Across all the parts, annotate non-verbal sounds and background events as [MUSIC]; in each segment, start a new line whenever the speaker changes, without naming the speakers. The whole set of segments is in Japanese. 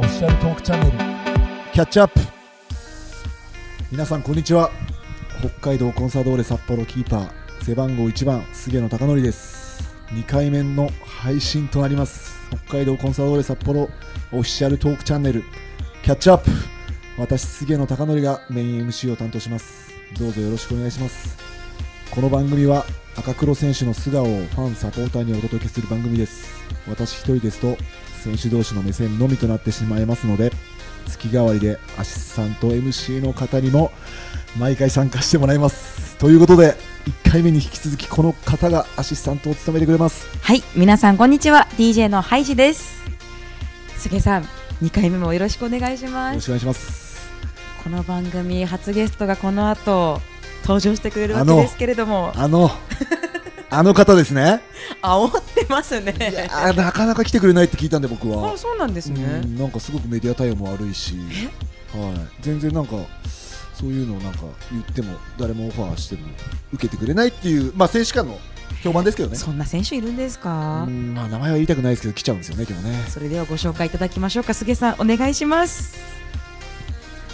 チャンネルキャッチアップ皆さんこんにちは北海道コンサドーレ札幌キーパー背番号1番菅野貴則です2回目の配信となります北海道コンサドーレ札幌オフィシャルトークチャンネルキャッチアップ私菅野貴則がメイン MC を担当しますどうぞよろしくお願いしますこの番組は赤黒選手の素顔をファンサポーターにお届けする番組です私一人ですと選手同士の目線のみとなってしまいますので月替わりでアシスタント MC の方にも毎回参加してもらいますということで1回目に引き続きこの方がアシスタントを務めてくれます
はい、皆さんこんにちは。DJ のハイジです。菅さん、2回目もよろしくお願いし
よ
ま
ろし
す。
くお願いします
この番組初ゲストがこの後登場してくれるわけですけれども、
あのあの方ですね
あ煽ってますね。
いやーなかなか来てくれないって聞いたんで僕は
あ、そうなんですね
う。んなんかすごくメディア対応も悪いし、はい、全然なんかそういうのをなんか言っても誰もオファーしても受けてくれないっていう、まあ、選手間の評判ですけどね
そんな選手いるんですか。
うんまあ、名前は言いたくないですけど来ちゃうんですよね今日ね
それではご紹介いただきましょうか。菅さん、お願いします。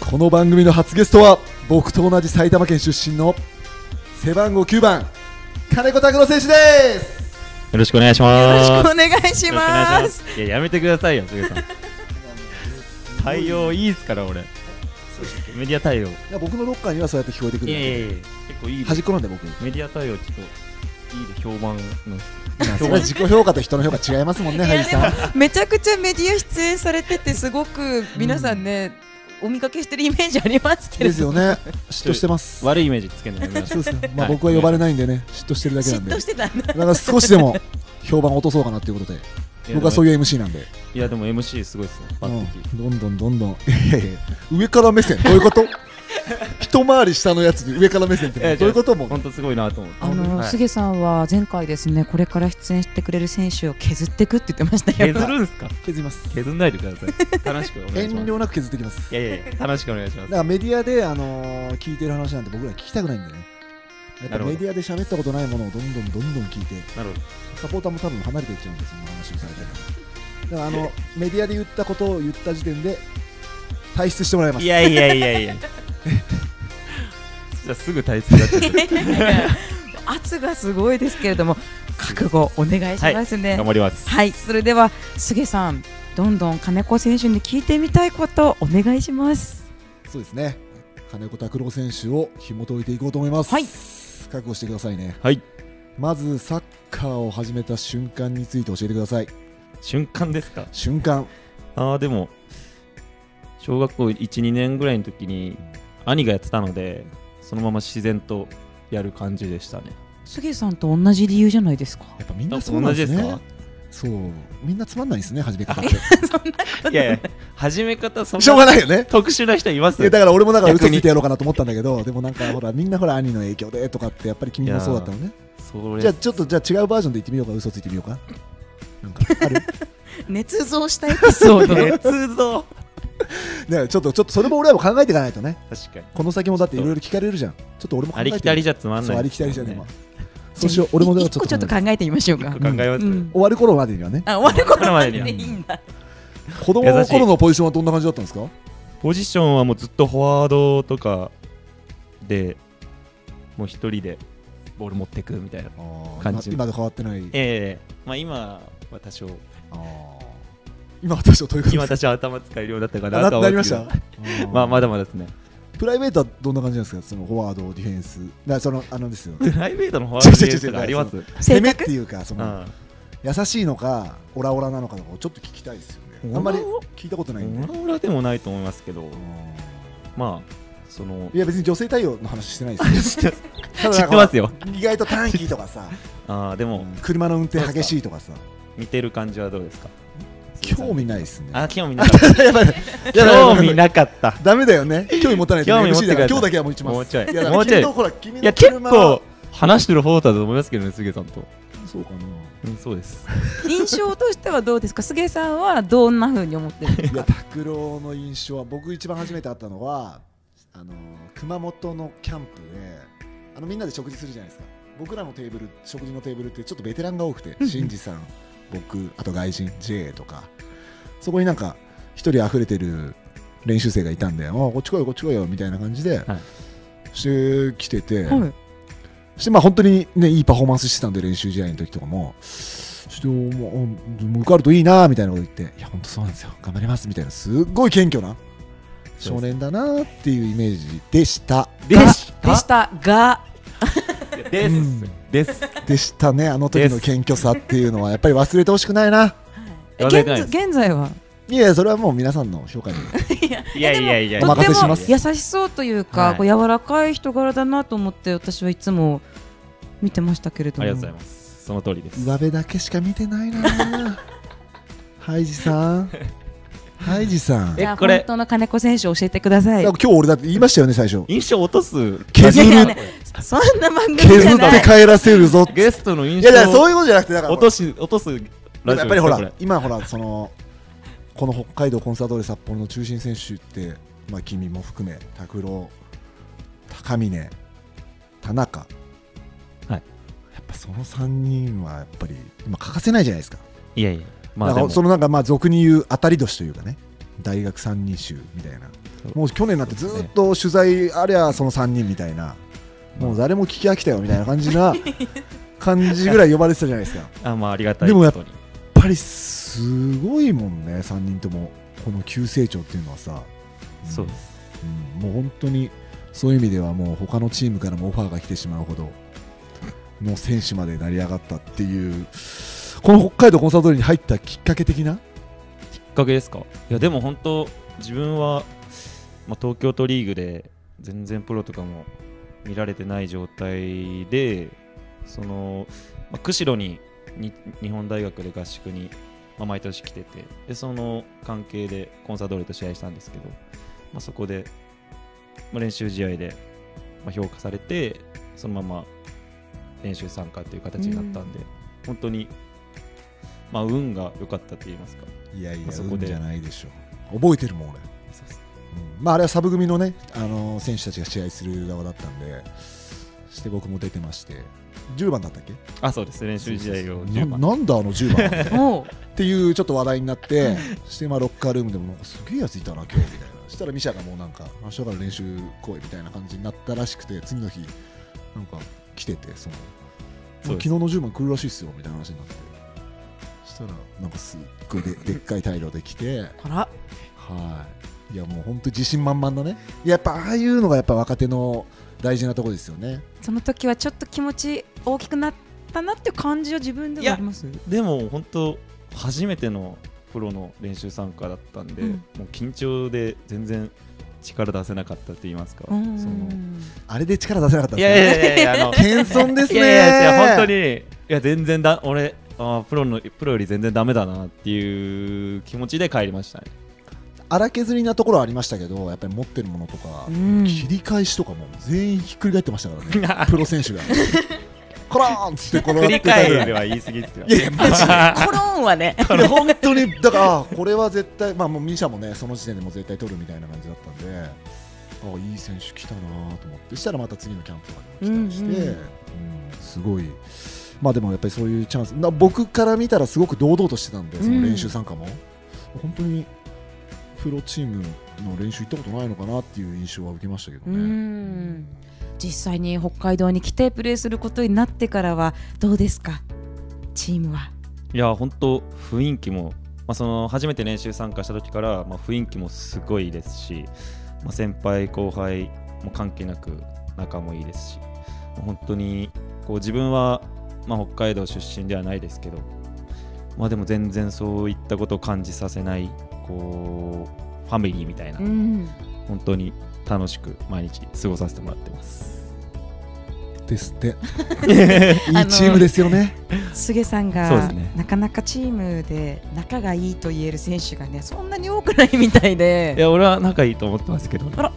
この番組の初ゲストは僕と同じ埼玉県出身の背番号9番金子拓郎選手です
よろしくお願いし
よろ
ま
し
す。
くお願いし
よ
ま
ろ
す
しくお願いし。ますいや、やめてくださいよ、すぐさん。対応いいっすから、俺。メディア対応。い
いや僕のロッカーにはそうやって聞こえてくるんだ
やいや
け
いや、結構いい
ど
です。
端っこなんで僕
メディア対応、ちょっと、いいで評判の。
まあそれは自己評価と人の評価違いますもんね萩さん
めちゃくちゃメディア出演されててすごく皆さんね、お見かけしてるイメージありますけれ
ですよ
ど
ね嫉妬してます
悪いイメージつけないでくださ [LAUGHS]
そう
い。
ですよまあ
はい
僕は呼ばれないんでね嫉妬してるだけなん
嫉
で
妬してたんだ
だから少しでも評判を落とそうかなということで僕はそう
いう。
いう MC なんで
いや、でも MC すごいっすね、抜擢。
うんどんどんどんどんいやいやいや上から目線どういうこと [LAUGHS] 一回り下のやつに上から目線ってどういうことも
本当すごいなと思って。
あの、
はい
菅さんは前回ですねこれから出演してくれる選手を削っていくって言ってましたよ
削るんすか
削ります
削んないでくだ [LAUGHS] さい。楽しくお願い
遠
します。
慮なく削ってきます
いやいやいや、楽しくお願いしま
だ
す
か。らメディアで、あのー聞いてる話なんて僕ら聞きたくないんでねや
な
っぱ
るほど
メディアで喋ったことないものをどんどんどんどん聞いて
なるほど。
サポーターも多分離れていっちゃうんでそんな話をされてるだからあのメディアで言ったことを言った時点で退出してもらいます
いやいやいやい [LAUGHS] や。じゃあすぐ退出だって。
[LAUGHS] 圧がすごいですけれども覚悟お願いします
[LAUGHS]
ねは
頑
い、
張ります。
それでは菅さんどんどん金子選手に聞いてみたいことお願いします
そうですね金子拓郎選手を紐解いていこうと思います、
はい
覚悟してくださいね
はい。
まずサッカーを始めた瞬間について教えてください
瞬間ですか
瞬間
ああでも小学校12年ぐらいの時に兄がやってたのでそのまま自然とやる感じでしたね
菅さんと同じ理由じゃないですか
やっぱみん
あ
なそうなんですね
同じ
そうみんなつまんないですね始め方って
[LAUGHS] いやいや始め方そ
[LAUGHS]
ん
しょうが
な
ないよね
特殊な人います
いやだから俺もだから嘘
逆に
ついてやろうかなと思ったんだけどでもなんかほらみんなほら兄の影響でとかってやっぱり君もそうだったのね
それ
じゃあちょっとじゃあ違うバージョンで言ってみようか嘘ついてみようかなんかある [LAUGHS]
捏造したエピソ [LAUGHS] ードの
熱造
ねちょっとちょっとそれも俺らも考えていかないとね
確かに
この先もだっていろいろ聞かれるじゃんちょっと俺も考
あ
えて
りきたりじ
ゃ
ゃつまん
そ
な
う
い
ありきたりじゃん今
ね
そうしよう俺もでも
一個ちょっと考えてみましょうか
考えます
うん
終わる頃までには
[LAUGHS]
ね
あ終わる頃まで
終わ
で
る頃まで
いいんだ
子供の頃のポジションはどんな感じだったんですか
ポジションはもうずっとフォワードとかでもう一人でボール持ってくみたいな
あー
感じ
今今と変わってない
ええまあ今は多少
あー今私はということ
[LAUGHS] 今
ですか
私は頭使えるようになったか
あ
な
な
とは
な
思
り
う
ま
け
し
ど
たあー
[LAUGHS] まあまだまだ
[LAUGHS]
ですね
プライベートはどんな感じなんですかそのフォワードディフェンスだからそのあのですよ
プライベートのフォワードディフェンスがあります。
攻めっていうかその、
うん
優しいのかオラオラなのかとかをちょっと聞きたいですよねあんまり聞いたことないんで、
オラオラでもないと思いますけど、まあ、そ
[LAUGHS]
の
い、や別に女性対応の話してないですよ知
[LAUGHS] 知ってますよ
意外と短期とかさ
あーでも、
車の運転激しいとかさ
見てる感じはどうですか
興味ないですね
あ、興味なかっ
[LAUGHS] やばい
た。興味なかった。
ダメだよね興味持たないと
興味持って
MC だから
ください
今日だけはもう一番
もうちょい
やだから
もうちょい
君のほら君
いや、
の
結
車は
構話してる方だと思いますけどね、杉さんと。
そうかな
うん、そ
[LAUGHS]
うです。
印象としてはどうですか菅さんはどんな風に思ってるんです [LAUGHS]
いや
か
拓郎の印象は僕一番初めて会ったのはあの熊本のキャンプであのみんなで食事するじゃないですか僕らのテーブル食事のテーブルってちょっとベテランが多くて新次さん僕あと外人 J とかそこになんか一人溢れてる練習生がいたんで、あこっち来いよ、こっち来いよみたいな感じで、
はい
してきてて、
はい
してまあ本当に、ね、いいパフォーマンスしてたんで、練習試合の時とかも、ちょっともうもう受かるといいなみたいなこと言って、いや、本当そうなんですよ、頑張りますみたいな、すっごい謙虚な少年だなっていうイメージでした。
でした
でしたが
で
うん
すです
でしたね、あの時の謙虚さっていうのは、やっぱり忘れてほしくないな。
え
わ
現
かりたいです
現在はい
やいや、それはもう皆さんの評価に。
いやいやいや
お
とって
任せし
も
ます
優しそうというか、
はい
こう柔らかい人柄だなと思って私はいつも見てましたけれども
ありがとうございますその通りです
上辺だけしか見てないなハイジさんハイジさん
え
じゃあ
これ
本当の金子選手教えてください
なんか今日俺だって言いましたよね最初
印象落とす
削る
いやいやねそんな番組じ
削
ゃ
っ
な
て
い
帰らせるぞって
ゲストの印
いやいや
象
そ
を
ういうことじゃなくてだから
落とし落とすラジオです
やっぱりほ
これ
ら今ほらそのこの北海道コンサートで札幌の中心選手ってまあ君も含め拓郎高峰田中
はい
やっぱその3人はやっぱり今欠かせないじゃないですか
いやいやま
だか
あで
ら
も
そのなんかまあ俗に言う当たり年というかね大学三人衆みたいなもう去年なんてずっと取材ありゃその3人みたいなもう誰も聞き飽きたよみたいな感じ
[LAUGHS]
な感じぐらい呼ばれてたじゃないですかや
あまあありがたい
でもや
こ
っ
とに
っぱりすごいもんね3人ともこの急成長っていうのはさ、ん
そうです
うんもう本当にそういう意味ではもう他のチームからもオファーが来てしまうほどの選手まで成り上がったっていうこの北海道コンサートリーに入ったきっかけ的な
きっかけですかいやでも本当自分は、まあ、東京都リーグで全然プロとかも見られてない状態でその、まあ、釧路にに日本大学で合宿に、まあ、毎年来ててでその関係でコンサドーレと試合したんですけど、まあ、そこで、まあ、練習試合で、まあ、評価されてそのまま練習参加という形になったんで、本当に、まあ、運が良かったと言いますか
いやい
ま
や、
あそ
そ
こ
こ
で
じゃないでしょう。覚えてるもん、俺。うんまあ、あれはサブ組のね、あのー選手たちが試合する側だったんで、して僕も出てまして、10番だったっけ
あそうです練習試合を
な
10番
なんだあの10番は
も
っていうちょっと話題になって、して、まあ、ロッカールームでも、なんかすげえやついたな、今日みたい
[LAUGHS]
な。したら、ミシャがもうなんか、明日から練習来いみたいな感じになったらしくて、次の日、なんか来てて、その、
そ
昨
うで
日
す
の10番来るらしいっすよみたいな話になって、したら、なんかすっごいででっかい態度で来て。
うあら
はい、いやもう本当自信満々だねやっぱああいうのがやっぱ若手の大事なところですよね
その時はちょっと気持ち大きくなったなっていう感じは自分でもあります
でも本当初めてのプロの練習参加だったんで、
うん
もう緊張で全然力出せなかったと言いますか、
う
その
ん
あれで力出せなかったん
い
ですね
やいやいやい [LAUGHS] やあの
謙遜ですね
いやいやいや本当にいや全然だ俺あープロのプロより全然ダメだなっていう気持ちで帰りましたね
荒削りなところはありましたけどやっぱり持ってるものとか、
うん
切り返しとかも全員ひっくり返ってましたからね
[LAUGHS]
プロ選手がコローンっつって転が
繰
って
り
たぐら
返
い
りは言い過ぎですよ
いやいやマジで
コロンは [LAUGHS] ね
いや本当にだからあこれは絶対まあもうミシャもねその時点でもう絶対取るみたいな感じだったんであいい選手来たなと思ってしたらまた次のキャンプとかにも来たりして、
うんうん
うんすごいまあでもやっぱりそういうチャンスな僕から見たらすごく堂々としてたんでその練習参加も、本当にプロチームの練習行ったことないのかなっていう印象は受けましたけどね。
うん実際に北海道に来てプレーすることになってからはどうですかチームはい
や本当雰囲気も、まあ、その初めて練習参加した時から、まあ、雰囲気もすごいですし、まあ、先輩後輩も関係なく仲もいいですし本当にこう自分は、まあ、北海道出身ではないですけど、まあ、でも全然そういったことを感じさせないこうファミリーみたいな
うん
本当に楽しく毎日過ごさせてもらってます。
ですって
[LAUGHS]
いいチームですよね。
菅さん
そう
が
ですね
なかなかチームで仲がいいと言える選手がねそんなに多くないみたいで
いや俺は仲いいと思ってますけど
あら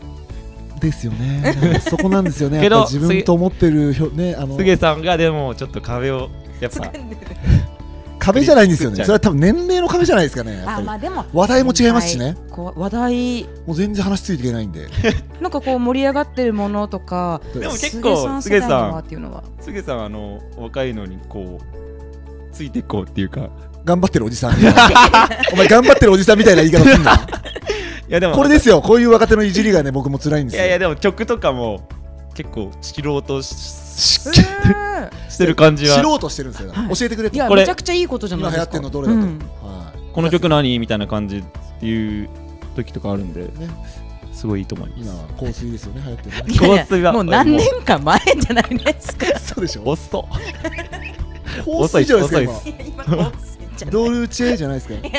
ですよね。そこなんです
[LAUGHS]
よね。や
け
っ
ど
ぱ自分と思ってるひょねあの
菅さんがでもちょっと壁をやっぱ
掴んでる
壁じゃないんですよね、
作っ
それは多分年齢の壁じゃないですかね、やっ
あま
ぱ
あでも
り話題も違いますしね、
こう話題
もう全然話ついていけないん
[LAUGHS]
で、
なんかこう盛り上がってるものとか
でも結
菅
構
さん世
菅
代の
さ
はっ
ん
ていうのは
菅さんあの若いのにこうついていこうっていうか
頑張ってるおじさんみたいな、お前、頑張ってるおじさんみたいな言い方すんな、
やでも
これですよこういう若手のいじりがね僕も辛いんです
い
よ
やいやでも曲とかも結構知ろうとしし
し
うん
してる感じ
知
は
ろうとしてるんですよ、
はい
教えてくれ
い
と
や
これ
めちゃくちゃいいことじゃな
今
い
流
で
行
す
って
か
るのどれだと、
うん
はい
この曲何みたいな感じっていう時とかあるんで
ね
すごいいいと思います
今
[LAUGHS]
は香水ですよね流行ってるね
いやいや
香水は
もう何年か前じゃないですか
そうでしょ香
遅っ
水じゃない
遅い
で
ですす
か
いや今こうすんじ
今
ゃん
ドルチェじゃないですかキャ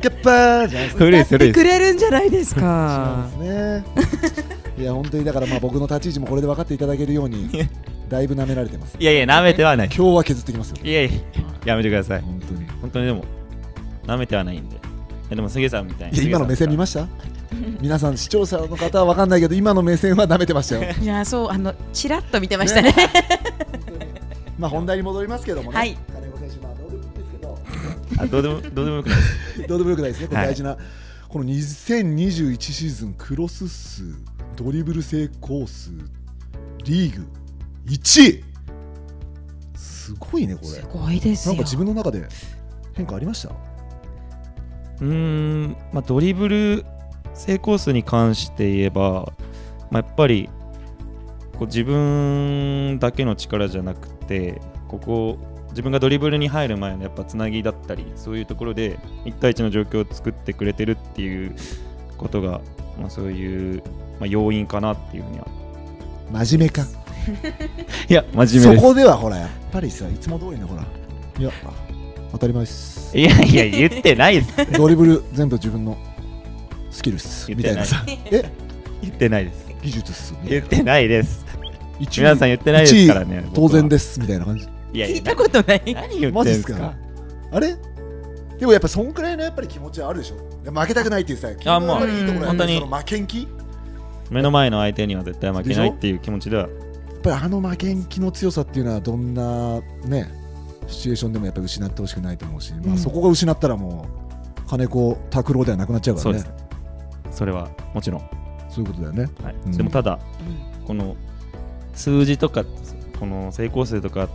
ッパーじゃないですか
[LAUGHS] 古いです
歌っ
古
て
いです
くれるんじゃないです
違
か
いますねいや本当にだからまあ僕の立ち位置もこれで分かっていただけるようにだいぶ舐められてます
いやいや舐めてはない
今日は削ってきますよ
いやいややめてください
本当に
本当にでも舐めてはないんでいやでもすげさんみたい
い
に
や今の目線見ました皆さん視聴者の方は分かんないけど今の目線は舐めてましたよ
いやそうあのちらっと見てましたね
まあ本題に戻りますけどもね、
はい
金子選手まあどうでもいいんですけど
あどうでもどうでもよくないです
どうでもよくないですね、これ
はい
大事な、この2021シーズンクロス数、ドリブル成功数、リーグ1位、すごいね、これ、
す
なんか
ごいですよ
自分の中で変化ありました
うーん、まあ、ドリブル成功数に関して言えば、まあ、やっぱりこう自分だけの力じゃなくてここ自分がドリブルに入る前のやっぱつなぎだったりそういうところで1対1の状況を作ってくれてるっていうことが、まあ、そういう、まあ、要因かなっていうふうには
真面目か、
いや真面
そ
目です
こではほら、やっぱりさ、いつも通りのほら、いや、当たり前です、
いやいや言ってないです
[LAUGHS] ドリブル全部自分のスキルっす、みたいなさ、 [LAUGHS] え
言ってないです
技術っす、みたい
言っ
な、
てないです
一位
皆さん言ってないですから
一
ね
位当然
で
です、みたいな感じ。
いやい
聞い
や
たことない
何言っ
マジ
て
っ
ん
す
すか
かあれでもやっぱそんくらいのやっぱり気持ちはあるでしょで負けたくないっていうさ、
あも
君のやっ
う
ぱりいいところは
本当に
その負けん気や
目の前の相手には絶対負けないっていう気持ちでは
っぱりあの負けん気の強さっていうのはどんなねシチュエーションでもやっぱり失ってほしくないと思うし、ま
う
あ
ん
そこが失ったらもう金子拓郎ではなくなっちゃうか
そ
ら
う
ね
です
そう
それはもちろん、は
いうことだよね
い
うん
でもただこの数字とかこの成功数とかっ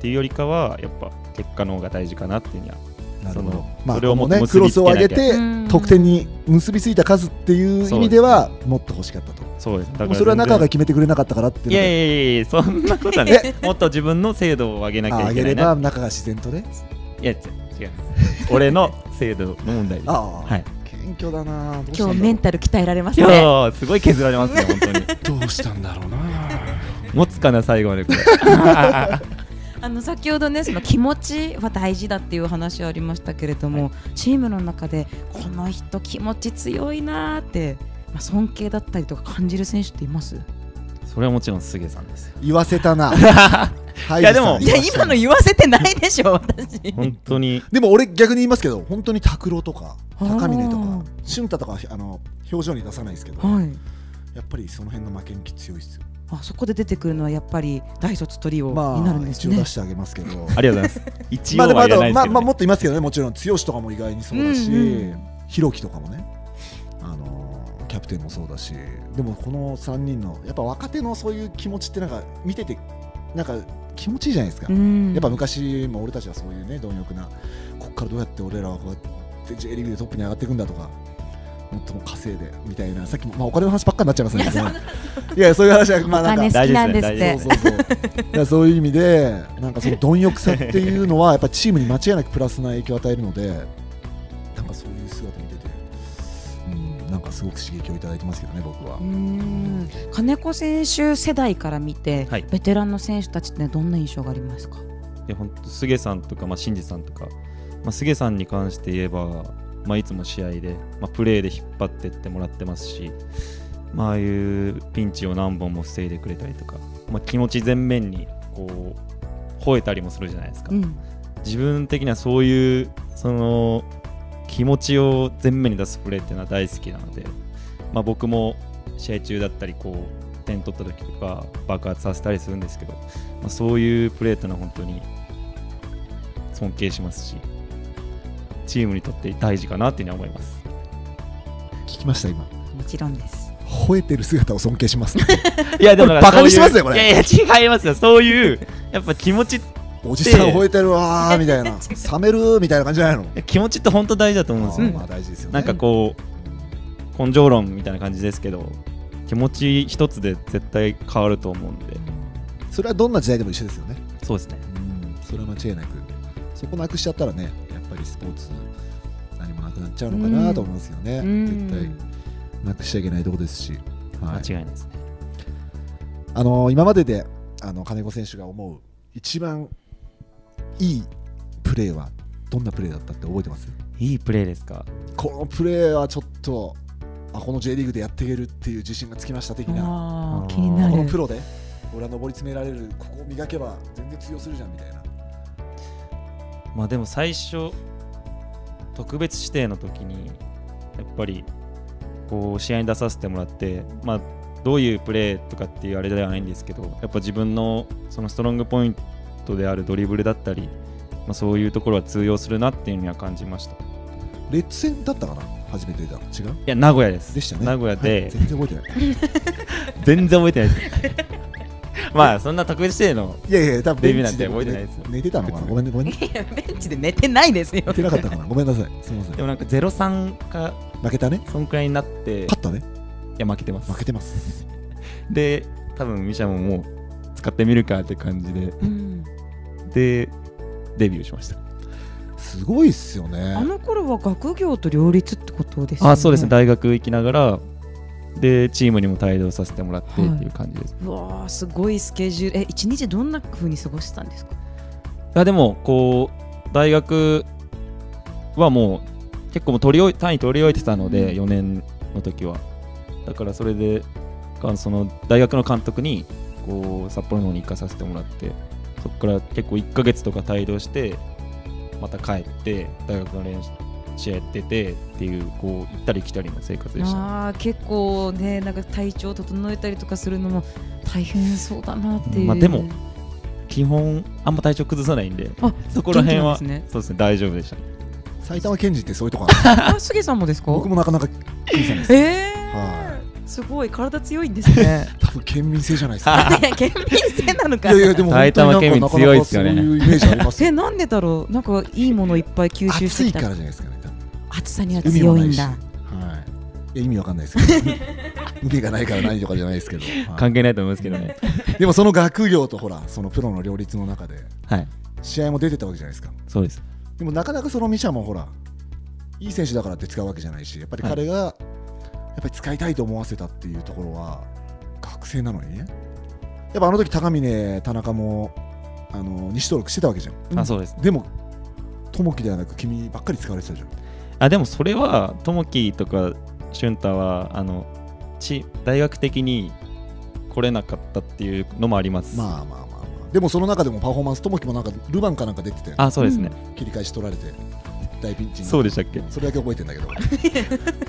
ていうよりかはやっぱ結果の方が大事かなっていうには
なるほど
その
まあ
それを
こ
も
の
っと
ねク
結
ロ
びつ
ス
け
を上
なきゃ
げて
うん
得点に結びついた数っていう意味ではもっと欲しかったと
そうですだ
で
か
も
ら
それは中
全
が
然
決めてくれなかったからって
いやい
い
やいやいやそんなことはねもっと自分の精度を上げな
う
き
のが
ゃ
あ
い
げ
けな
れ
いな
ば中が自然とね
いや違う違う俺の精度の問題です
[LAUGHS] ああ、
はい
謙虚だなどうしたんだろ
今
う
日メンタル鍛えられます
今
ね
日すごい削られますね本当
[LAUGHS]
に
どうしたんだろうな。
持つかな最後までこれ
あの先ほどねその気持ちは大事だっていう話はありましたけれども、チームの中でこの人気持ち強いなーって、まあ、尊敬だったりとか感じる選手っています
それはもちろんすげさんですよ
言わせた
[LAUGHS]
な。はい
やでも
いや今の言わせてないでしょ私
本当に
でも俺逆に言いますけど、本当に拓郎とか
あー
高峰とか俊太とかはあの表情に出さないですけど、
はい
やっぱりその辺の負けん気強いですよ。
あそこで出てくるのはやっぱり大卒トリオ
ま
になるん
あ
です
一応
ね、
出してあげますけど。
ありが
[LAUGHS]
とうございます。一応
まあでも
は
あ
言
と
わないで
ますあ
けど、ね
まあもっといますけどね、もちろん剛とかも意外にそうだし
うんうん、
ひろきとかもね、あのーキャプテンもそうだし、でもこの三人のやっぱ若手のそういう気持ちってなんか見ててなんか気持ちいいじゃないですか。
うん
やっぱ昔も俺たちはそういうね貪欲なこっからどうやって俺らはこうやって J リーグでトップに上がっていくんだとかもっとも稼いでみたいなさっきも、まあ、お金の話ばっかりになっちゃいますねこれいやそういう話はまあ
お
なん
金
か
好きなんですっ
大
て
事
そうそうそう [LAUGHS] いやそういう意味でなんかその貪欲さっていうのはやっぱチームに間違いなくプラスな影響を与えるのでなんかそういう姿見てて、うん、なんかすごく刺激をいただいてますけどね僕は
う。ん金子選手世代から見て、
はい
ベテランの選手たちってどんな印象がありますか
いや本当菅さんとか、まあ、新次さんとか、まあ、菅さんに関して言えば、まあ、いつも試合で、まあ、プレーで引っ張ってってもらってますし、まあ、ああいうピンチを何本も防いでくれたりとか、まあ、気持ち前面にこう吠えたりもするじゃないですか、
うん
自分的にはそういうその気持ちを前面に出すプレーっていうのは大好きなので、まあ、僕も試合中だったりこう点取った時とか爆発させたりするんですけど、まあ、そういうプレーっていうのは本当に尊敬しますしチームにとって大事かなっていうふうに思います
聞きました今
もちろんです
吠えてる姿を尊敬します、 [LAUGHS]
いや
でもこれなんかそういうバカにしてますよこれ
いやいや違いますよそういうやっぱ気持ち
おじさん吠えてるわーみ [LAUGHS] たいな冷めるみたいな感じじゃないの
気持ちって本当大事だと思うんです
う
よ
ん
ね、
まあ大事ですよね。
なんかこう根性論みたいな感じですけど気持ち一つで絶対変わると思うんで
それはどんな時代でも一緒ですよね
そうですね
うんそれは間違いなくそこなくしちゃったらねやっぱりスポーツ何もなくなっちゃうのかなと思うんですよね、
うん
絶対なくしちゃいけないとこですし、はい、
間違いないですね
あの今までであの金子選手が思う一番いいプレーはどんなプレーだったって覚えてます
いいプレーですか
このプレーはちょっとあこの J リーグでやっていけるっていう自信がつきました的な
あー
あー
気にな
こ
る
のプロで俺は上り詰められるここを磨けば全然通用するじゃんみたいな
まあでも最初特別指定の時にやっぱりこう試合に出させてもらってまあどういうプレーとかっていうあれではないんですけどやっぱ自分のそのストロングポイントであるドリブルだったり、まあ、そういうところは通用するなっていうのには感じましたい
レッツ戦だったかな初めて出たの違う
や名古屋です
でしたね
名古屋
はい
で
全然覚えてない
全然覚えてないですまあそんな特別指定の
いやいや多分
デビューなんて覚えてないですよ
寝てたのかなごめんねごめんね
いやベンチで寝てないですよ
[LAUGHS] 寝てなかったかなごめんなさいすみませ
で
ん
もなんか03か
負けたね
そんくらいになってい
勝ったね
や負けてます
負けてます
で多分ミシャももう使ってみるかって感じで
うん
でデビューしました
すごいっすよね
あの頃は学業と両立ってことですよね
あそうですね大学行きながらでチームにも帯同させてもらってって
はい
いう感じです、
うわーすごいスケジュールえ一日どんな風に過ごしたんですか
あでもこう大学はもう結構もう取り終え単位取り終えてたの
うん
で、4年の時はだからそれでかその大学の監督にこう札幌の方に行かさせてもらってそこから結構1ヶ月とか帯同してまた帰って大学の練習試合やっててっていうこう行ったり来たりの生活でした
あー結構ねなんか体調整えたりとかするのも大変そうだなっていう、
まあでも基本あんま体調崩さないんで
あ
そこら辺は、
元気なんですね
そうですね大丈夫でした
埼玉県人ってそういうとこあるんですよ
あ杉さんもですか
僕もなかなか小さいです
ええー
は
すごい体強いんですね
多分県民性じゃないですか
いや県民性なの
い
か
や
ない
やでも本当になんか
埼玉県
なか
民
なか
強いっすよね
そういうイメージあります
え
よ
なんでだろうなんかいいものいっぱい吸収
暑
して
い
き
か
た
らじゃないですかね多分
暑さには強いんだ
海もはいいや意味わかんないですけど海がないからないとかじゃないですけど、はい
関係ないと思いますけ
[LAUGHS]
どね
でもその学業とほらそのプロの両立の中で
はい
試合も出てたわけじゃないですか
そうです
でもなかなかそのミシャもほらいい選手だからって使うわけじゃないしやっぱり彼が、やっぱり使いたいと思わせたっていうところは学生なのにねやっぱあの時高峰田中もあの西登録してたわけじゃん
うん
あそうです
でも友樹ではなく君ばっかり使われてたじゃん
あでもそれは友樹とか俊太はあのち大学的に来れなかったっていうのもあります、
まあまあまあまあでもその中でもパフォーマンス友樹もなんかルヴァンかなんか出てて
あそうですね、
切り返し取られて大ピンチに
そうでしたっけ
それだけ覚えてんだけど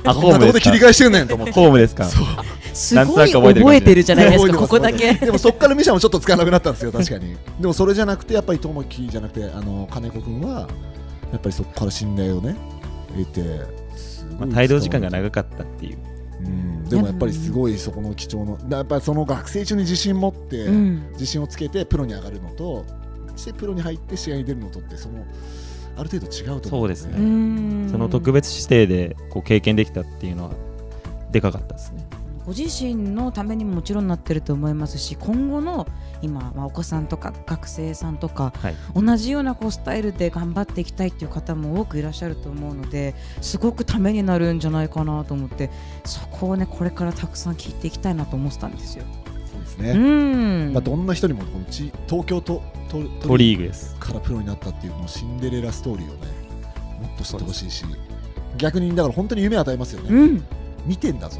あ
こん
ホ
な
ー
とこ
ム
で
で
す切り
か
返してんねんと思って
ホームですか
そう
すご
なん
い
となく覚
覚
え
え
て
て
る
る
じ
じ
ゃ
ゃ
な
ないい
で
ですす
か
かここだけ
でもそっからミシャもちょっと使わなくなったんですよ、確かに。でもそれじゃなくて、やっぱり友樹じゃなくて、あの金子君は、やっぱりそこから信頼をね、得て、すご
ま
い
あ、帯同時間が長かったっていう
うん、でもやっぱりすごいそこの貴重な、だやっぱりその学生中に自信持って、
うん
自信をつけてプロに上がるのと、そしてプロに入って試合に出るのとって、そのある程度違うと思うん
そうです
う
ね
ん
その特別指定でこう経験できたっていうのはでかかったですね
ご自身のためにももちろんなってると思いますし今後の今、まあ、お子さんとか学生さんとか
はい
同じようなこうスタイルで頑張っていきたいっていう方も多くいらっしゃると思うのですごくためになるんじゃないかなと思ってそこをねこれからたくさん聞いていきたいなと思ってたんですよ。
そうです
う
ね。
ん
まあ、どんな人にもこのち東京とと
トリーグです
からプロになったっていうこのシンデレラストーリーをねもっと知ってほしいし逆にだから本当に夢を与えますよね、
うん
見てんだぞ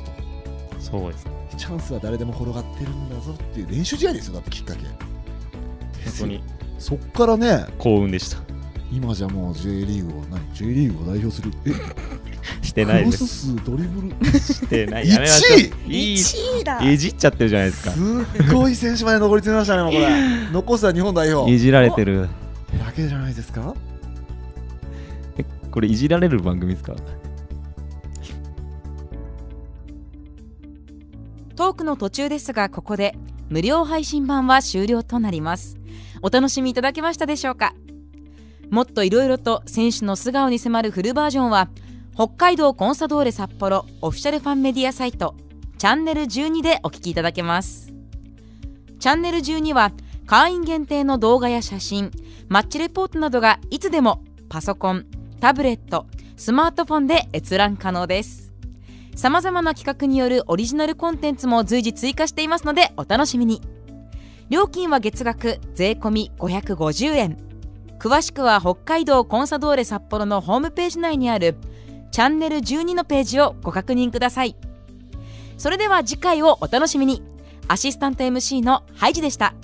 そうですね
とチャンスは誰でも転がってるんだぞっていう練習試合ですよだってきっかけ
本当に
そっからね
幸運でした
今じゃもう J リーグを何 J リーグを代表するえ
してな
ク
いで
ロス
す
数ドリブル
してないやめましょう
1
いい
1位だ
いじっちゃってるじゃない
位
です
す
か
っごい選手まで残り詰めましたねもうこ
[LAUGHS]
れ残すは日本代表
いじられてる
だけじゃないですか
えこれいじられる番組ですか
トークの途中ですがここで無料配信版は終了となりますお楽しみいただけましたでしょうかもっといろいろと選手の素顔に迫るフルバージョンは北海道コンサドーレ札幌オフィシャルファンメディアサイトチャンネル12でお聞きいただけますチャンネル12は会員限定の動画や写真マッチレポートなどがいつでもパソコンタブレットスマートフォンで閲覧可能ですさまざまな企画によるオリジナルコンテンツも随時追加していますのでお楽しみに料金は月額税込550円詳しくは北海道コンサドーレ札幌のホームページ内にあるチャンネル12のページをご確認くださいそれでは次回をお楽しみにアシスタント MC のハイジでした